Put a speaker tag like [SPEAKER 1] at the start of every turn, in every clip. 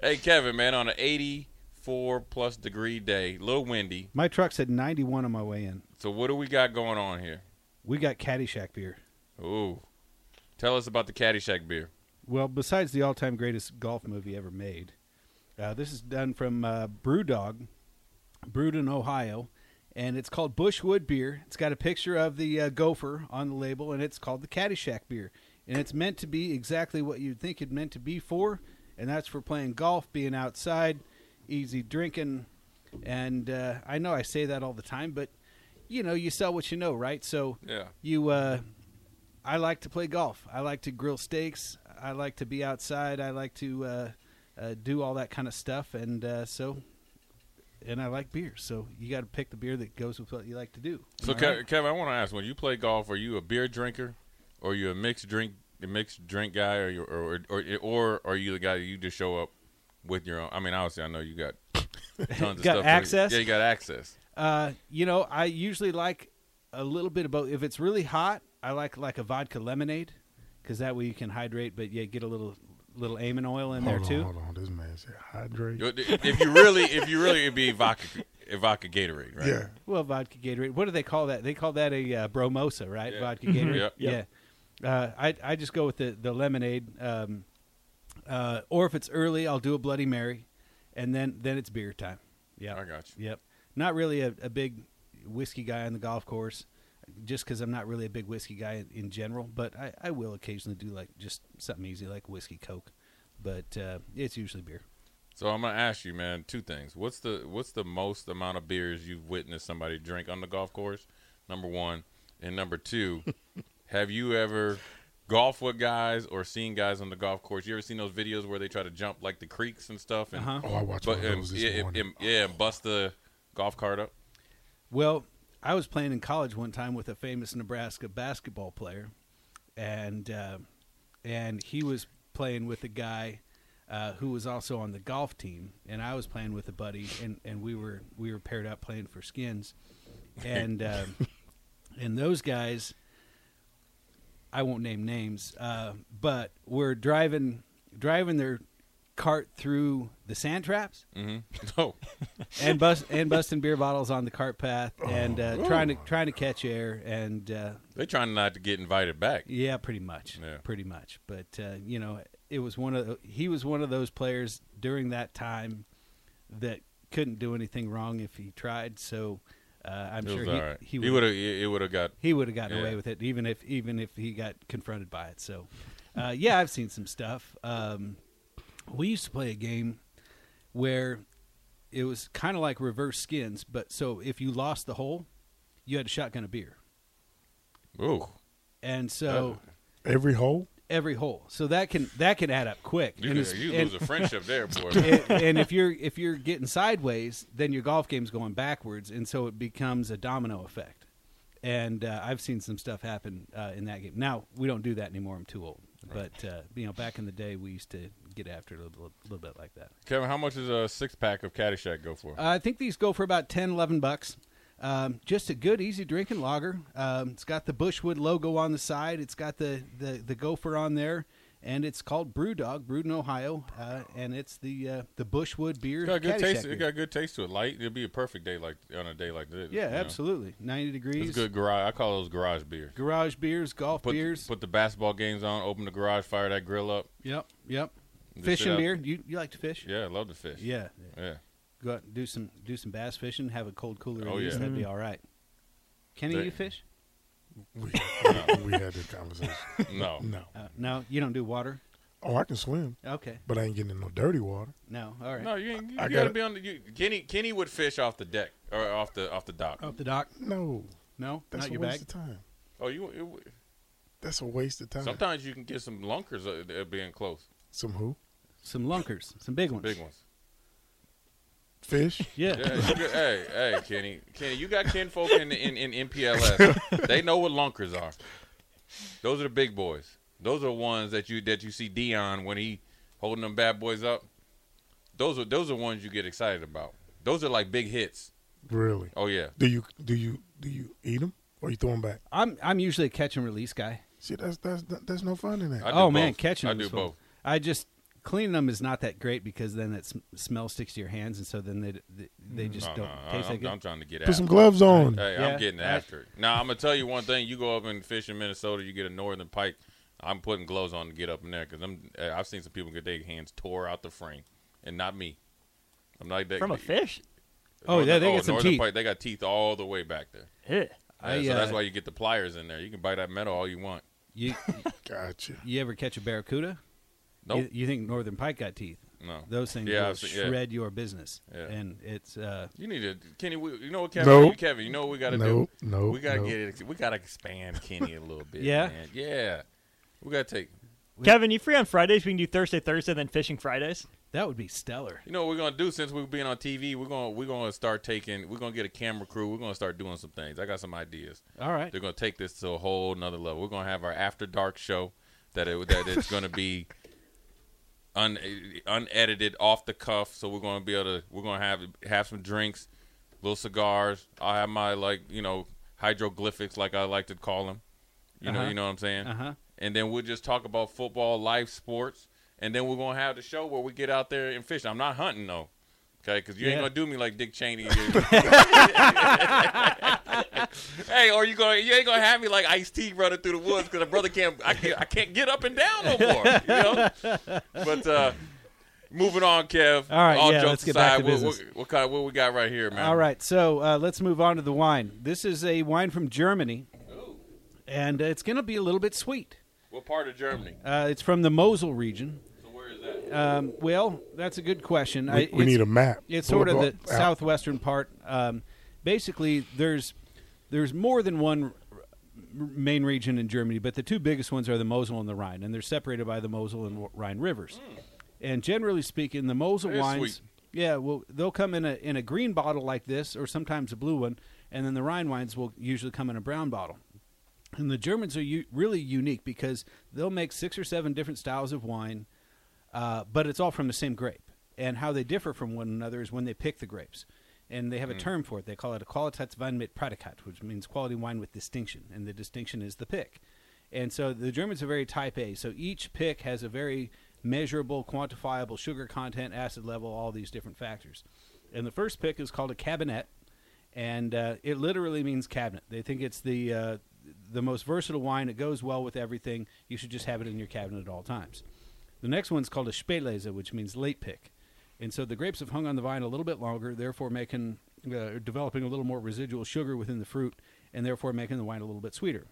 [SPEAKER 1] Hey, Kevin, man, on an 84 plus degree day, little windy.
[SPEAKER 2] My truck's at 91 on my way in.
[SPEAKER 1] So, what do we got going on here?
[SPEAKER 2] We got Caddyshack beer.
[SPEAKER 1] Ooh. Tell us about the Caddyshack beer.
[SPEAKER 2] Well, besides the all-time greatest golf movie ever made, uh, this is done from uh, BrewDog, brewed in Ohio, and it's called Bushwood beer. It's got a picture of the uh, gopher on the label, and it's called the Caddyshack beer. And it's meant to be exactly what you'd think it meant to be for, and that's for playing golf, being outside, easy drinking. And uh, I know I say that all the time, but you know, you sell what you know, right? So
[SPEAKER 1] Yeah.
[SPEAKER 2] you uh i like to play golf i like to grill steaks i like to be outside i like to uh, uh do all that kind of stuff and uh so and i like beer so you got to pick the beer that goes with what you like to do
[SPEAKER 1] So,
[SPEAKER 2] Am I
[SPEAKER 1] Kev-
[SPEAKER 2] right?
[SPEAKER 1] Kevin, I want to ask: When you play golf, are you a beer drinker, or are you a mixed drink, a mixed drink guy, or you, or, or or are you the guy that you just show up with your own? I mean, obviously, I know you got tons of
[SPEAKER 2] Got
[SPEAKER 1] stuff.
[SPEAKER 2] access?
[SPEAKER 1] Yeah, you got access.
[SPEAKER 2] uh you know i usually like a little bit of both if it's really hot i like like a vodka lemonade because that way you can hydrate but yeah get a little little amon oil in
[SPEAKER 3] hold
[SPEAKER 2] there
[SPEAKER 3] on,
[SPEAKER 2] too
[SPEAKER 3] Hold on, this man said hydrate.
[SPEAKER 1] You- If you really, if you really, it'd be vodka, vodka Gatorade, right?
[SPEAKER 3] Yeah,
[SPEAKER 2] Well, vodka Gatorade. What do they call that? They call that a uh, bromosa, right?
[SPEAKER 1] Yeah. Mm-hmm.
[SPEAKER 2] Vodka Gatorade.
[SPEAKER 1] Yep.
[SPEAKER 2] Yeah. Uh, I I just go with the the lemonade, um, uh, or if it's early, I'll do a Bloody Mary, and then then it's beer time. Yeah,
[SPEAKER 1] I got you.
[SPEAKER 2] Yep. Not really a, a big whiskey guy on the golf course, just because I'm not really a big whiskey guy in, in general. But I, I will occasionally do like just something easy like whiskey coke, but uh, it's usually beer.
[SPEAKER 1] So I'm gonna ask you, man, two things. What's the what's the most amount of beers you've witnessed somebody drink on the golf course? Number one, and number two, have you ever golfed with guys or seen guys on the golf course? You ever seen those videos where they try to jump like the creeks and stuff? And,
[SPEAKER 2] Uh-huh.
[SPEAKER 3] Oh, I watched
[SPEAKER 1] but,
[SPEAKER 3] one of
[SPEAKER 1] and-
[SPEAKER 3] those this
[SPEAKER 1] yeah, and-
[SPEAKER 3] morning.
[SPEAKER 1] and- yeah, and bust the golf cart up.
[SPEAKER 2] Well, I was playing in college one time with a famous Nebraska basketball player, and uh, and he was playing with a guy uh, who was also on the golf team, and I was playing with a buddy, and, and we were we were paired up playing for skins, and uh, and those guys, I won't name names, uh, but were driving driving their cart through the sand traps
[SPEAKER 1] Mm-hmm. Oh,
[SPEAKER 2] and bust and busting beer bottles on the cart path and uh,
[SPEAKER 3] Oh.
[SPEAKER 2] trying to trying to catch air and uh,
[SPEAKER 1] they trying not to get invited back.
[SPEAKER 2] yeah, pretty much,
[SPEAKER 1] Yeah.
[SPEAKER 2] pretty much. But uh, you know, it was one of the, he was one of those players during that time that couldn't do anything wrong if he tried. So uh, I'm
[SPEAKER 1] It
[SPEAKER 2] sure
[SPEAKER 1] was
[SPEAKER 2] he,
[SPEAKER 1] all right.
[SPEAKER 2] he
[SPEAKER 1] He would have. It would have got.
[SPEAKER 2] he would have gotten
[SPEAKER 1] Yeah.
[SPEAKER 2] away with it, even if even if he got confronted by it. So, uh, yeah, I've seen some stuff. Um, we used to play a game where it was kind of like reverse skins, but so if you lost the hole, you had to shotgun a beer,
[SPEAKER 1] Ooh,
[SPEAKER 2] and so
[SPEAKER 1] Oh.
[SPEAKER 3] every hole.
[SPEAKER 2] every hole. So that can that can add up quick.
[SPEAKER 1] you,
[SPEAKER 2] and,
[SPEAKER 1] could-
[SPEAKER 2] it's-
[SPEAKER 1] you
[SPEAKER 2] and-
[SPEAKER 1] lose a friendship there, boy.
[SPEAKER 2] and- and if you're if you're getting sideways, then your golf game's going backwards, and so it becomes a domino effect. And uh, I've seen some stuff happen uh, in that game. Now we don't do that anymore. I'm too old. But uh, you know, back in the day, we used to get after it a little, little bit like that.
[SPEAKER 1] Kevin, how much does a six pack of Caddyshack go for?
[SPEAKER 2] Uh, I think these go for about 10, 11 bucks. Um, just a good, easy drinking lager. Um, it's got the Bushwood logo on the side. It's got the, the, the gopher on there. And it's called Brewdog, brewed in Ohio. Uh, and it's the uh, the Bushwood beer.
[SPEAKER 1] It's got a good
[SPEAKER 2] Caddyshack
[SPEAKER 1] taste.
[SPEAKER 2] beer.
[SPEAKER 1] It got a good taste to it. Light. It'd be a perfect day like on a day like this.
[SPEAKER 2] Yeah,
[SPEAKER 1] you know.
[SPEAKER 2] absolutely. 90 degrees.
[SPEAKER 1] It's good garage. I call those garage beers.
[SPEAKER 2] Garage beers, golf
[SPEAKER 1] Put
[SPEAKER 2] beers.
[SPEAKER 1] put the basketball games on. Open the garage. Fire that grill up.
[SPEAKER 2] yep, yep.
[SPEAKER 1] Just sit
[SPEAKER 2] Fishing
[SPEAKER 1] out-
[SPEAKER 2] beer. You you like to fish?
[SPEAKER 1] Yeah, I love the fish.
[SPEAKER 2] Yeah.
[SPEAKER 1] yeah.
[SPEAKER 2] Go out and do some do some bass fishing, have a cold cooler
[SPEAKER 1] Oh,
[SPEAKER 2] in these,
[SPEAKER 1] yeah.
[SPEAKER 2] that'd be all right. Kenny,
[SPEAKER 1] They-
[SPEAKER 2] you fish?
[SPEAKER 3] We, we, we had this conversation.
[SPEAKER 1] No.
[SPEAKER 3] No.
[SPEAKER 2] Uh, no, you don't do water.
[SPEAKER 3] Oh, I can swim,
[SPEAKER 2] Okay.
[SPEAKER 3] but I ain't getting in no dirty water.
[SPEAKER 2] No, all right.
[SPEAKER 1] No, you, ain't- you
[SPEAKER 3] I
[SPEAKER 1] gotta
[SPEAKER 3] gotta-
[SPEAKER 1] be on the. You, Kenny Kenny would fish off the deck or off the off the dock.
[SPEAKER 2] Up the dock.
[SPEAKER 3] No,
[SPEAKER 2] No,
[SPEAKER 3] that's
[SPEAKER 2] not
[SPEAKER 3] a
[SPEAKER 2] your
[SPEAKER 3] waste
[SPEAKER 2] bag.
[SPEAKER 3] of time.
[SPEAKER 1] Oh, you. It,
[SPEAKER 3] That's a waste of
[SPEAKER 2] Uh-huh.
[SPEAKER 3] time.
[SPEAKER 1] sometimes you can get some lunkers uh, uh, being close,
[SPEAKER 3] Some who?
[SPEAKER 2] Some lunkers, some big ones.
[SPEAKER 1] big ones.
[SPEAKER 3] Fish?
[SPEAKER 2] Yeah.
[SPEAKER 1] Yeah, you could- hey, hey, Kenny, Kenny, you got kinfolk in, in in MPLS. They know what lunkers are. Those are the big boys. Those are the ones that you that you see Dion when he holding them bad boys up. Those are those are ones you get excited about. Those are like big hits.
[SPEAKER 3] really?
[SPEAKER 1] Oh yeah,
[SPEAKER 3] Do you do you do you eat them or you throw them back?
[SPEAKER 2] I'm I'm usually a catch and release guy.
[SPEAKER 3] See, that's that's that's no fun in that.
[SPEAKER 1] I do
[SPEAKER 2] oh man,
[SPEAKER 1] both.
[SPEAKER 2] catching.
[SPEAKER 1] I do both.
[SPEAKER 2] I just cleaning them is not that great because then that sm- smell sticks to your hands, and so then they they, they just
[SPEAKER 1] No,
[SPEAKER 2] don't
[SPEAKER 1] no, Uh-huh. I-
[SPEAKER 2] taste
[SPEAKER 1] Mm, uh, I'm,
[SPEAKER 2] like
[SPEAKER 1] I'm
[SPEAKER 2] it.
[SPEAKER 1] trying to get
[SPEAKER 3] Put some
[SPEAKER 1] after. it.
[SPEAKER 3] gloves on.
[SPEAKER 1] Hey,
[SPEAKER 2] Yeah.
[SPEAKER 1] I'm getting
[SPEAKER 2] I-
[SPEAKER 1] after it. Now I'm gonna tell you one thing. You go up and fish in Minnesota, you get a northern pike. I'm putting gloves on to get up in there because I'm. uh, I've seen some people get their hands tore out the frame, and not me. I'm like that
[SPEAKER 4] From a fish?
[SPEAKER 2] Oh, yeah, they get some
[SPEAKER 1] northern
[SPEAKER 2] teeth.
[SPEAKER 1] Pike, they got teeth all the way back there.
[SPEAKER 4] Ugh.
[SPEAKER 1] Yeah,
[SPEAKER 2] I,
[SPEAKER 1] so that's
[SPEAKER 2] uh,
[SPEAKER 1] why you get the pliers in there. You can bite that metal all you want.
[SPEAKER 2] You
[SPEAKER 3] Gotcha.
[SPEAKER 2] you ever catch a barracuda?
[SPEAKER 1] Nope.
[SPEAKER 2] You, you think northern pike got teeth?
[SPEAKER 1] no.
[SPEAKER 2] Those things
[SPEAKER 1] Yeah,
[SPEAKER 2] will
[SPEAKER 1] I've seen- yeah.
[SPEAKER 2] shred your business,
[SPEAKER 1] Yeah.
[SPEAKER 2] and it's uh,
[SPEAKER 1] You need to, Kenny. We, you know what, Kevin?
[SPEAKER 3] Nope.
[SPEAKER 1] Kevin, you know what we got to
[SPEAKER 3] Nope,
[SPEAKER 1] do?
[SPEAKER 3] nope,
[SPEAKER 1] We got to
[SPEAKER 3] nope.
[SPEAKER 1] get it. We got to expand Kenny a little bit.
[SPEAKER 2] Yeah?
[SPEAKER 1] man. yeah. We got to take.
[SPEAKER 4] Kevin, you free on Fridays? We can do Thursday, Thursday, then fishing Fridays.
[SPEAKER 2] that would be stellar.
[SPEAKER 1] You know what we're gonna do since we're being on TV? We're gonna we're gonna start taking. We're gonna get a camera crew. We're gonna start doing some things. I got some ideas.
[SPEAKER 2] All right,
[SPEAKER 1] They're gonna take this to a whole nother level. We're gonna have our after dark show that it, that it's gonna be un, unedited, off the cuff. So we're gonna be able to we're gonna have have some drinks, little cigars. I have my like you know hydroglyphics, like I like to call them. You know,
[SPEAKER 2] Uh-huh.
[SPEAKER 1] you know what I'm saying.
[SPEAKER 2] uh huh.
[SPEAKER 1] And then we'll just talk about football, life, sports, and then we're gonna have the show where we get out there and fish. I'm not hunting though. Okay, because you ain't
[SPEAKER 2] Yeah.
[SPEAKER 1] gonna do me like Dick Cheney. hey, or you gonna you ain't gonna have me like Ice T running through the woods because a brother can't I can't I can't get up and down no more. You know. But uh, moving on, Kev.
[SPEAKER 2] All right, yeah,
[SPEAKER 1] jokes
[SPEAKER 2] let's get
[SPEAKER 1] aside,
[SPEAKER 2] back to
[SPEAKER 1] what, what,
[SPEAKER 2] business.
[SPEAKER 1] what kind what we got right here, man?
[SPEAKER 2] All right, so uh, let's move on to the wine. This is a wine from Germany, and uh, it's going to be a little bit sweet.
[SPEAKER 1] What part of Germany?
[SPEAKER 2] Uh, it's from the Mosel region.
[SPEAKER 1] So where is that?
[SPEAKER 2] Um, well, that's a good question.
[SPEAKER 3] We, we
[SPEAKER 2] it's-
[SPEAKER 3] need a map.
[SPEAKER 2] It's
[SPEAKER 3] Pull
[SPEAKER 2] sort
[SPEAKER 3] it
[SPEAKER 2] of the
[SPEAKER 3] up. Out.
[SPEAKER 2] southwestern part. Um, basically, there's there's more than one r- r- main region in Germany, but the two biggest ones are the Mosel and the Rhine, and they're separated by the Mosel and w- Rhine rivers. And generally speaking, the Mosel
[SPEAKER 1] Hmm. That is
[SPEAKER 2] wines,
[SPEAKER 1] sweet.
[SPEAKER 2] yeah, well, they'll come in a in a green bottle like this, or sometimes a blue one, and then the Rhine wines will usually come in a brown bottle. And the Germans are u- really unique because they'll make six or seven different styles of wine, uh, but it's all from the same grape. And how they differ from one another is when they pick the grapes. And they have a term for it. They call it a Qualitätswein mit Prädikat, which means quality wine with distinction. And the distinction is the pick. And so the Germans are very type A. So each pick has a very measurable, quantifiable sugar content, acid level, all these different factors. And the first pick is called a Cabinet and uh, it literally means cabinet. They think it's the uh, the most versatile wine. It goes well with everything. You should just have it in your cabinet at all times. The next one's called a Spätlese, which means late pick, and so the grapes have hung on the vine a little bit longer, therefore making uh, developing a little more residual sugar within the fruit, and therefore making the wine a little bit sweeter.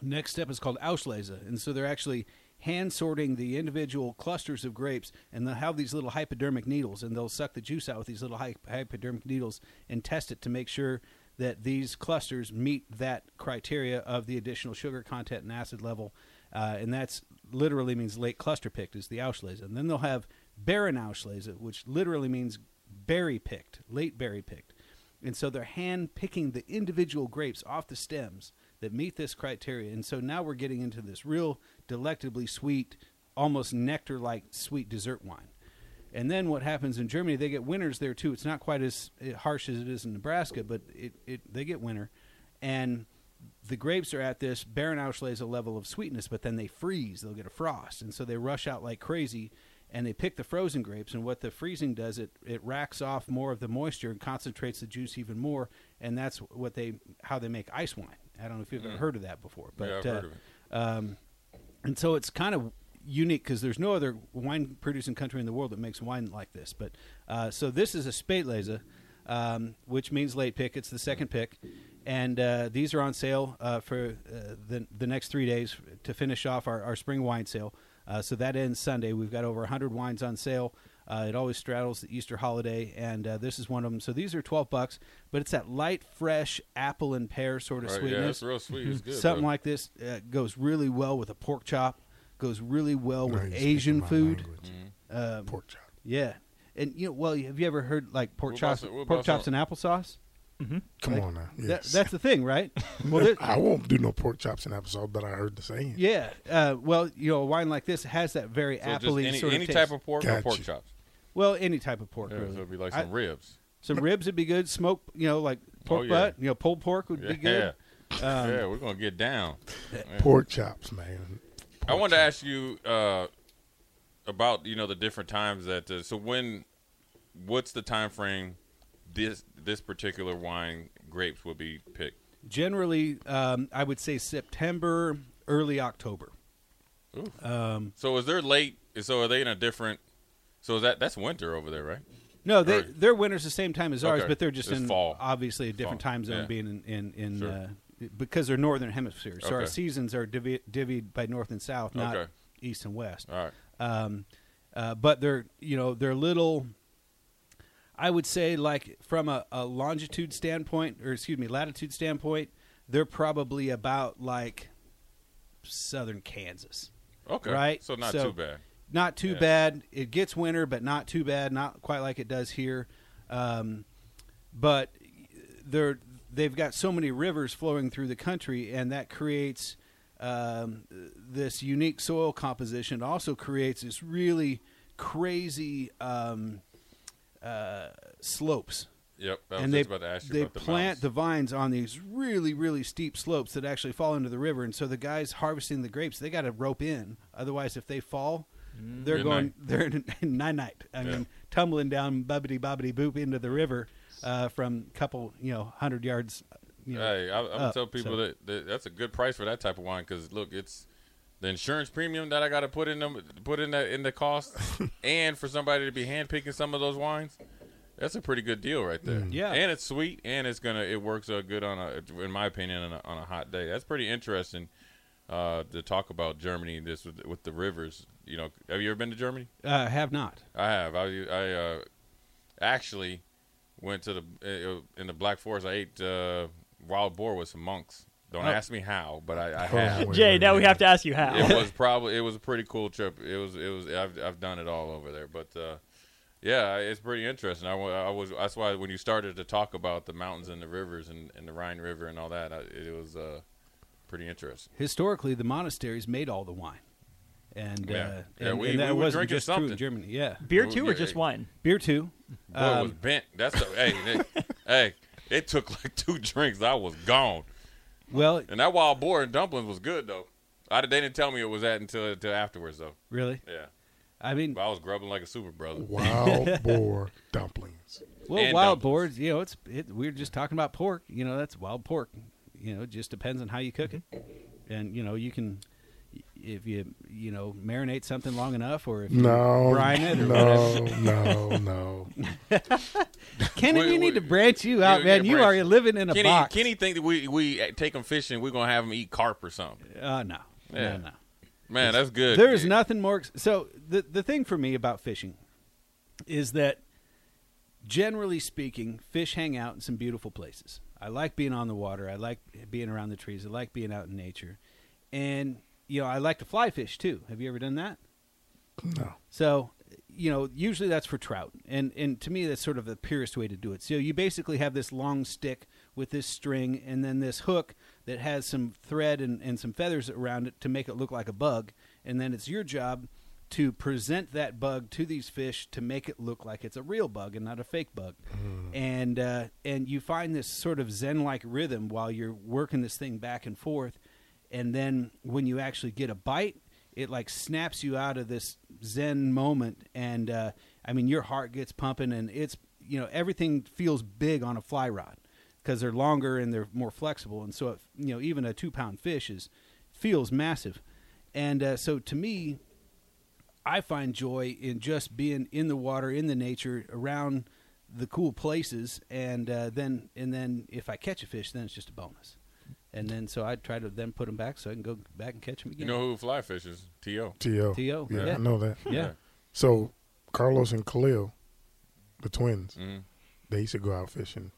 [SPEAKER 2] Next step is called Auslese, and so they're actually hand sorting the individual clusters of grapes, and they'll have these little hypodermic needles, and they'll suck the juice out with these little hy- hypodermic needles and test it to make sure that these clusters meet that criteria of the additional sugar content and acid level, uh, and that's literally means late cluster picked is the Auslese, and then they'll have Baron Auslese, which literally means berry picked, late berry picked. And so they're hand picking the individual grapes off the stems that meet this criteria. And so now we're getting into this real delectably sweet, almost nectar like sweet dessert wine. And then what happens in Germany, they get winters there too. It's not quite as eh, harsh as it is in Nebraska, but it, it they get winter. And the grapes are at this Baron Auslese level of sweetness, but then they freeze. They'll get a frost, and so they rush out like crazy, and they pick the frozen grapes. And what the freezing does, it it racks off more of the moisture and concentrates the juice even more. And that's what they how they make ice wine. I don't know if you've ever heard of that before, but
[SPEAKER 1] Mm. yeah, I've
[SPEAKER 2] uh,
[SPEAKER 1] heard of it.
[SPEAKER 2] and so it's kind of unique because there's no other wine producing country in the world that makes wine like this. But uh, so this is a Spätlese, um, which means late pick. It's the second pick, and uh, these are on sale uh, for uh, the the next three days to finish off our, our spring wine sale. Uh, so that ends Sunday. We've got over 100 wines on sale. Uh, it always straddles the Easter holiday, and uh, this is one of them. So these are 12 bucks, but it's that light, fresh apple and pear sort of
[SPEAKER 1] Right,
[SPEAKER 2] sweetness
[SPEAKER 1] yeah, it's real sweet. It's good.
[SPEAKER 2] something
[SPEAKER 1] bro.
[SPEAKER 2] like this uh, goes really well with a pork chop goes really well
[SPEAKER 3] Now
[SPEAKER 2] with
[SPEAKER 3] you're speaking
[SPEAKER 2] asian
[SPEAKER 3] my
[SPEAKER 2] food
[SPEAKER 3] language.
[SPEAKER 1] Mm-hmm.
[SPEAKER 2] um,
[SPEAKER 3] Pork chop.
[SPEAKER 2] yeah and you know well have you ever heard like pork
[SPEAKER 1] What about
[SPEAKER 2] chops
[SPEAKER 1] some- what
[SPEAKER 2] pork
[SPEAKER 1] about
[SPEAKER 2] chops and applesauce
[SPEAKER 3] Come
[SPEAKER 2] like,
[SPEAKER 3] on now.
[SPEAKER 2] That-
[SPEAKER 3] Yes.
[SPEAKER 2] that's the thing right well there-
[SPEAKER 3] I won't do no pork chops and applesauce, but I heard the saying.
[SPEAKER 2] yeah uh, well you know a wine like this has that very
[SPEAKER 1] So just
[SPEAKER 2] apple
[SPEAKER 1] any,
[SPEAKER 2] sort of
[SPEAKER 1] any
[SPEAKER 2] taste.
[SPEAKER 1] type of pork or
[SPEAKER 3] Gotcha.
[SPEAKER 1] pork chops.
[SPEAKER 2] well any type of pork
[SPEAKER 1] Yeah,
[SPEAKER 2] really.
[SPEAKER 1] so it'd be like
[SPEAKER 2] I-
[SPEAKER 1] some ribs.
[SPEAKER 2] some ribs would be good smoked you know like pork
[SPEAKER 1] Oh, yeah.
[SPEAKER 2] butt you know pulled pork would
[SPEAKER 1] Yeah.
[SPEAKER 2] be good
[SPEAKER 1] yeah, we're gonna get down.
[SPEAKER 3] Pork chops, man.
[SPEAKER 1] I wanted to ask you, uh, about you know the different times that uh, so when what's the time frame this this particular wine grapes will be picked
[SPEAKER 2] Generally, um, I would say September, early October.
[SPEAKER 1] so is there late so are they in a different so is that that's winter over there right
[SPEAKER 2] No, they,
[SPEAKER 1] Or-
[SPEAKER 2] their winter's the same time as ours,
[SPEAKER 1] Okay.
[SPEAKER 2] but they're just
[SPEAKER 1] It's
[SPEAKER 2] in
[SPEAKER 1] fall.
[SPEAKER 2] obviously a different
[SPEAKER 1] Fall,
[SPEAKER 2] time zone,
[SPEAKER 1] yeah.
[SPEAKER 2] being in in, in
[SPEAKER 1] Sure.
[SPEAKER 2] uh, because they're northern hemispheres. So our
[SPEAKER 1] Okay.
[SPEAKER 2] seasons are divvy, divvied by north and south, not
[SPEAKER 1] Okay.
[SPEAKER 2] east and west.
[SPEAKER 1] all right
[SPEAKER 2] Um, uh, but they're you know they're little. I would say like from a, a longitude standpoint, or excuse me, latitude standpoint, they're probably about like southern Kansas.
[SPEAKER 1] okay
[SPEAKER 2] Right,
[SPEAKER 1] so not
[SPEAKER 2] so-
[SPEAKER 1] too bad
[SPEAKER 2] Not too
[SPEAKER 1] Yeah.
[SPEAKER 2] bad. It gets winter, but not too bad. Not quite like it does here. Um, but they're they've got so many rivers flowing through the country, and that creates um, this unique soil composition. It also creates this really crazy um, uh, slopes.
[SPEAKER 1] yep I was
[SPEAKER 2] and
[SPEAKER 1] just
[SPEAKER 2] they
[SPEAKER 1] about to ask you
[SPEAKER 2] they
[SPEAKER 1] about the
[SPEAKER 2] plant
[SPEAKER 1] mountains.
[SPEAKER 2] the vines on these really really steep slopes that actually fall into the river, and so the guys harvesting the grapes they got to rope in, otherwise if they fall, they're
[SPEAKER 1] Good
[SPEAKER 2] going
[SPEAKER 1] night.
[SPEAKER 2] they're in, nine night. I
[SPEAKER 1] Yeah.
[SPEAKER 2] mean tumbling down bobbity bobbity boop into the river uh, from couple you know hundred yards. You know,
[SPEAKER 1] Hey, I, I would
[SPEAKER 2] up,
[SPEAKER 1] tell people
[SPEAKER 2] so-
[SPEAKER 1] that, that that's a good price for that type of wine because look, it's the insurance premium that I got to put in them, put in the in the cost, and for somebody to be handpicking some of those wines, that's a pretty good deal right there.
[SPEAKER 2] Yeah.
[SPEAKER 1] and it's sweet, and it's gonna it works uh, good on a in my opinion on a, on a hot day. That's pretty interesting uh, to talk about Germany this with, with the rivers. You know, have you ever been to Germany?
[SPEAKER 2] Uh, have not.
[SPEAKER 1] I have. I I uh, actually went to the uh, in the Black Forest. I ate uh, wild boar with some monks. Don't
[SPEAKER 2] Oh.
[SPEAKER 1] ask me how, but I, I
[SPEAKER 3] Oh,
[SPEAKER 1] have.
[SPEAKER 3] wait,
[SPEAKER 4] Jay,
[SPEAKER 3] wait,
[SPEAKER 4] now
[SPEAKER 3] wait.
[SPEAKER 4] we have to ask you how.
[SPEAKER 1] it was probably it was a pretty cool trip. It was it was I've I've done it all over there, but uh, yeah, it's pretty interesting. I, wa- I was that's why when you started to talk about the mountains and the rivers and, and the Rhine River and all that, I, it was uh, pretty interesting.
[SPEAKER 2] Historically, the monasteries made all the wine, and
[SPEAKER 1] Yeah.
[SPEAKER 2] uh,
[SPEAKER 1] Yeah,
[SPEAKER 2] and,
[SPEAKER 1] we-
[SPEAKER 2] and that
[SPEAKER 1] we were
[SPEAKER 2] wasn't
[SPEAKER 1] drinking
[SPEAKER 2] just true
[SPEAKER 1] something.
[SPEAKER 2] in Germany. Yeah,
[SPEAKER 4] Beer
[SPEAKER 1] Oh,
[SPEAKER 4] too,
[SPEAKER 1] yeah,
[SPEAKER 4] or just
[SPEAKER 1] yeah.
[SPEAKER 4] wine?
[SPEAKER 2] beer too.
[SPEAKER 1] Boy, it was
[SPEAKER 2] Um,
[SPEAKER 1] bent. That's the hey hey, hey. It took like two drinks. I was gone.
[SPEAKER 2] well,
[SPEAKER 1] And that wild boar and dumplings was good though. I they didn't tell me it was that until until afterwards though.
[SPEAKER 2] really,
[SPEAKER 1] Yeah,
[SPEAKER 2] I mean,
[SPEAKER 1] but I was grubbing like a super brother.
[SPEAKER 3] Wild boar dumplings.
[SPEAKER 2] Well,
[SPEAKER 1] and
[SPEAKER 2] wild
[SPEAKER 1] dumplings.
[SPEAKER 2] boards, you know, it's it, we were just talking about pork. You know, that's wild pork. You know, it just depends on how you cook it, and you know, you can if you you know marinate something long enough, or if you
[SPEAKER 3] No,
[SPEAKER 2] brine it, or
[SPEAKER 3] no, no, no.
[SPEAKER 2] whatever. Kenny,
[SPEAKER 1] Wait,
[SPEAKER 2] you
[SPEAKER 1] wait.
[SPEAKER 2] need to branch you out,
[SPEAKER 1] Yeah,
[SPEAKER 2] man.
[SPEAKER 1] yeah,
[SPEAKER 2] You
[SPEAKER 1] branch.
[SPEAKER 2] are living in a
[SPEAKER 1] Kenny
[SPEAKER 2] box.
[SPEAKER 1] Kenny think that we we take him fishing. We're gonna have him eat carp or something.
[SPEAKER 2] uh, no,
[SPEAKER 1] Yeah.
[SPEAKER 2] no, no.
[SPEAKER 1] Man, that's good.
[SPEAKER 2] There is
[SPEAKER 1] Yeah.
[SPEAKER 2] nothing more. ex- So the the thing for me about fishing is that generally speaking, fish hang out in some beautiful places. I like being on the water. I like being around the trees. I like being out in nature, and you know I like to fly fish too. Have you ever done that?
[SPEAKER 3] No.
[SPEAKER 2] So you know usually that's for trout, and and to me that's sort of the purest way to do it. So you basically have this long stick with this string, and then this hook that has some thread and, and some feathers around it to make it look like a bug, and then it's your job to present that bug to these fish to make it look like it's a real bug and not a fake bug. And uh, and you find this sort of zen-like rhythm while you're working this thing back and forth, and then when you actually get a bite, it like snaps you out of this zen moment. And uh, I mean, your heart gets pumping, and it's you know everything feels big on a fly rod because they're longer and they're more flexible, and so it, you know even a two-pound fish is feels massive. And uh, so to me, I find joy in just being in the water, in the nature, around the cool places, and uh, then and then if I catch a fish, then it's just a bonus. And then so I try to then put them back so I can go back and catch them
[SPEAKER 1] You
[SPEAKER 2] again.
[SPEAKER 1] know who fly fishes? To
[SPEAKER 3] T.O.
[SPEAKER 2] T.O.,
[SPEAKER 3] Yeah,
[SPEAKER 2] yeah.
[SPEAKER 3] I know that.
[SPEAKER 2] yeah.
[SPEAKER 3] So Carlos and Khalil, the twins,
[SPEAKER 1] Mhm.
[SPEAKER 3] they used to go out fishing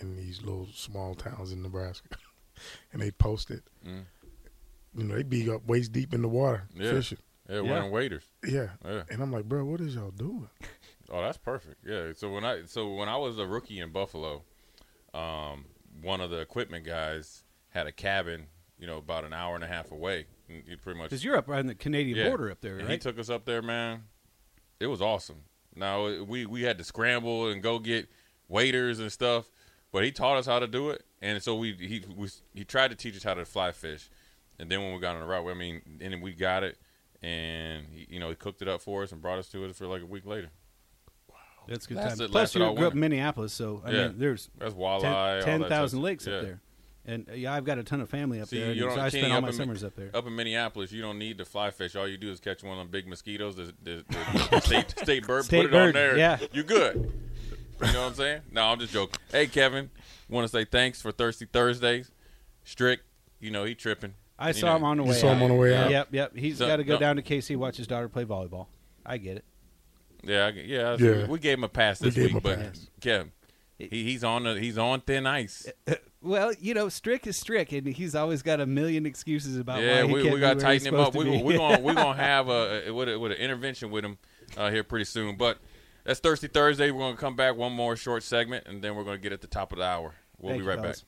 [SPEAKER 3] in these little small towns in Nebraska, and they posted.
[SPEAKER 1] Mm.
[SPEAKER 3] You know, they be up waist deep in the water
[SPEAKER 1] Yeah.
[SPEAKER 3] fishing.
[SPEAKER 1] Yeah, wearing waiters.
[SPEAKER 3] Yeah.
[SPEAKER 1] Yeah.
[SPEAKER 3] And I'm like, bro, what is y'all doing?
[SPEAKER 1] Oh, that's perfect. Yeah. So when I so when I was a rookie in Buffalo, um, one of the equipment guys had a cabin, you know, about an hour and a half away. And He pretty much
[SPEAKER 2] Because you're up on the Canadian
[SPEAKER 1] Yeah.
[SPEAKER 2] border up there,
[SPEAKER 1] And he
[SPEAKER 2] right?
[SPEAKER 1] took us up there, man. It was awesome. Now we we had to scramble and go get waiters and stuff, but he taught us how to do it, and so we he we, he tried to teach us how to fly fish, and then when we got on the route, I mean, and we got it, and he, you know he cooked it up for us and brought us to it for like a week later.
[SPEAKER 2] That's a good
[SPEAKER 1] Lasted-
[SPEAKER 2] time. Plus,
[SPEAKER 1] lasted
[SPEAKER 2] you
[SPEAKER 1] all
[SPEAKER 2] grew up in
[SPEAKER 1] winter.
[SPEAKER 2] Minneapolis, so I
[SPEAKER 1] Yeah.
[SPEAKER 2] mean, there's
[SPEAKER 1] That's walleye. all that
[SPEAKER 2] ten-
[SPEAKER 1] type
[SPEAKER 2] 10,000
[SPEAKER 1] of-
[SPEAKER 2] lakes
[SPEAKER 1] yeah.
[SPEAKER 2] up there. And uh, yeah, I've got a ton of family up
[SPEAKER 1] See,
[SPEAKER 2] there. and
[SPEAKER 1] you don't-
[SPEAKER 2] so I
[SPEAKER 1] Kenny,
[SPEAKER 2] spent all
[SPEAKER 1] up
[SPEAKER 2] my
[SPEAKER 1] in Mi-
[SPEAKER 2] summers up there.
[SPEAKER 1] Up in Minneapolis, you don't need to fly fish. All you do is catch one of them big mosquitoes, the, the, the- the state, state bird,
[SPEAKER 2] State
[SPEAKER 1] put it on
[SPEAKER 2] bird,
[SPEAKER 1] there.
[SPEAKER 2] yeah.
[SPEAKER 1] You good. You know what I'm saying? No, I'm just joking. Hey, Kevin, want to say thanks for Thirsty Thursdays. Strick, you know, he tripping.
[SPEAKER 2] I
[SPEAKER 1] You
[SPEAKER 2] saw
[SPEAKER 1] know.
[SPEAKER 2] him on the
[SPEAKER 3] You
[SPEAKER 2] way.
[SPEAKER 3] saw him
[SPEAKER 2] out.
[SPEAKER 3] on the way out.
[SPEAKER 2] Yep, yep. He's
[SPEAKER 1] So-
[SPEAKER 2] got to go
[SPEAKER 1] no.
[SPEAKER 2] down to KC watch his daughter play volleyball. I get it.
[SPEAKER 1] Yeah, I, yeah, I-
[SPEAKER 3] Yeah.
[SPEAKER 1] We gave him a pass
[SPEAKER 3] We
[SPEAKER 1] this
[SPEAKER 3] gave
[SPEAKER 1] week,
[SPEAKER 3] him a
[SPEAKER 1] but
[SPEAKER 3] pass.
[SPEAKER 1] Kevin, he, he's on the, he's on thin ice.
[SPEAKER 2] Well, you know, Strick is Strick, and he's always got a million excuses about
[SPEAKER 1] yeah,
[SPEAKER 2] why he
[SPEAKER 1] we,
[SPEAKER 2] can't
[SPEAKER 1] we got
[SPEAKER 2] be
[SPEAKER 1] to
[SPEAKER 2] where he's
[SPEAKER 1] tighten him up.
[SPEAKER 2] supposed
[SPEAKER 1] We,
[SPEAKER 2] to be.
[SPEAKER 1] we're going we're gonna have a, a with, a with an intervention with him uh, here pretty soon. But that's Thirsty Thursday. We're gonna come back one more short segment, and then we're gonna get at the top of the hour. We'll
[SPEAKER 2] Thank
[SPEAKER 1] be
[SPEAKER 2] you,
[SPEAKER 1] right back.
[SPEAKER 2] fellas.